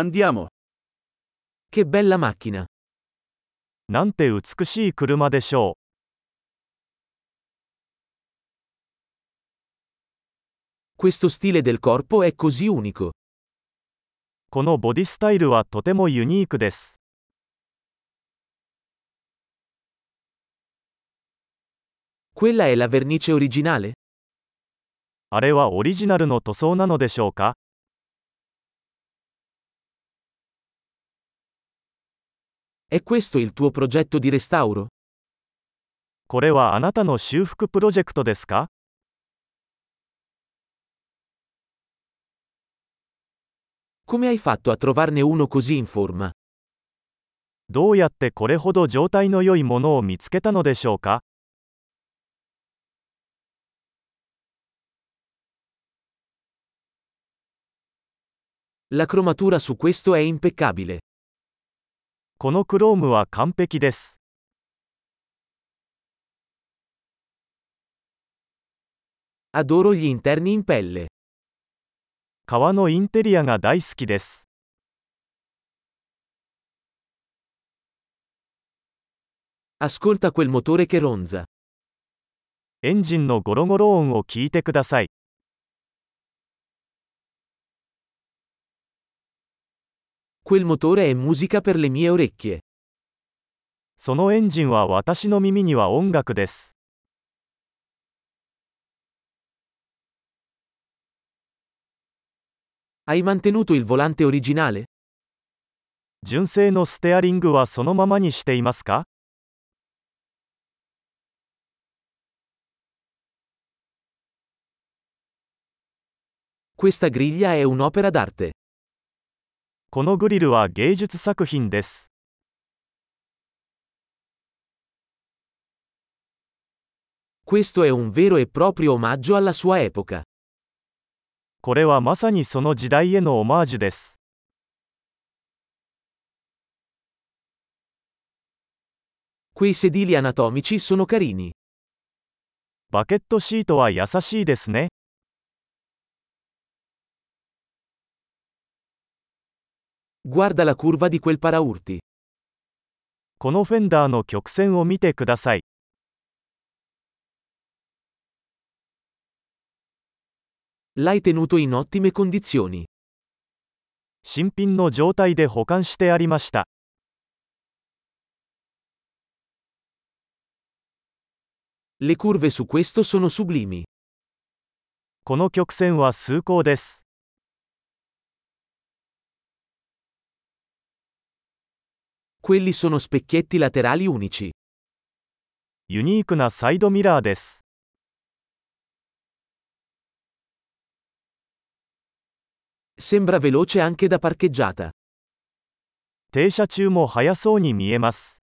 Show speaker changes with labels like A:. A: Andiamo.
B: Che bella macchina.
C: なんて美しい車でしょ
B: Questo stile del corpo è così unico.
C: う。このボディスタイルはとてもユニークです。
B: Quella è la vernice originale?
C: あれはオリジナルの塗装なのでしょうか
B: È questo il tuo progetto di restauro?
C: これはあなたの修復プロジェクトですか
B: Come hai fatto a trovarne uno così in forma?
C: どうやってこれほど状態の良いものを見つけたのでしょうか
B: La cromatura su questo è impeccabile.
C: このクロームは完璧です。
B: Adoro gli interni in pelle.
C: 革のインテリアが大好きです。
B: Ascolta quel motore che ronza.
C: エンジンのゴロゴロ音を聞いてください。
B: Quel motore è musica per le mie orecchie.
C: そのエンジンは私の耳には音楽です。
B: Hai mantenuto il volante originale?
C: 純正のステアリングはそのままにしていますか
B: Questa griglia è un'opera d'arte.
C: このグリルは芸術作品です。
B: Questo è un vero e proprio omaggio alla sua epoca.
C: これはまさにその時代へのオマージュです。
B: Quei sedili anatomici sono carini.
C: バケットシートは優しいですね。
B: Guarda la curva di quel paraurti.
C: このフェンダーの曲線を見てください。
B: L'hai tenuto in ottime condizioni.
C: 新品の状態で保管してありました。
B: Le curve su questo sono sublimi.
C: この曲線は崇高です。
B: Quelli sono specchietti laterali unici.
C: ユニークなサイドミラーです。
B: Sembra veloce anche da parcheggiata.
C: 停車中も速そうに見えます。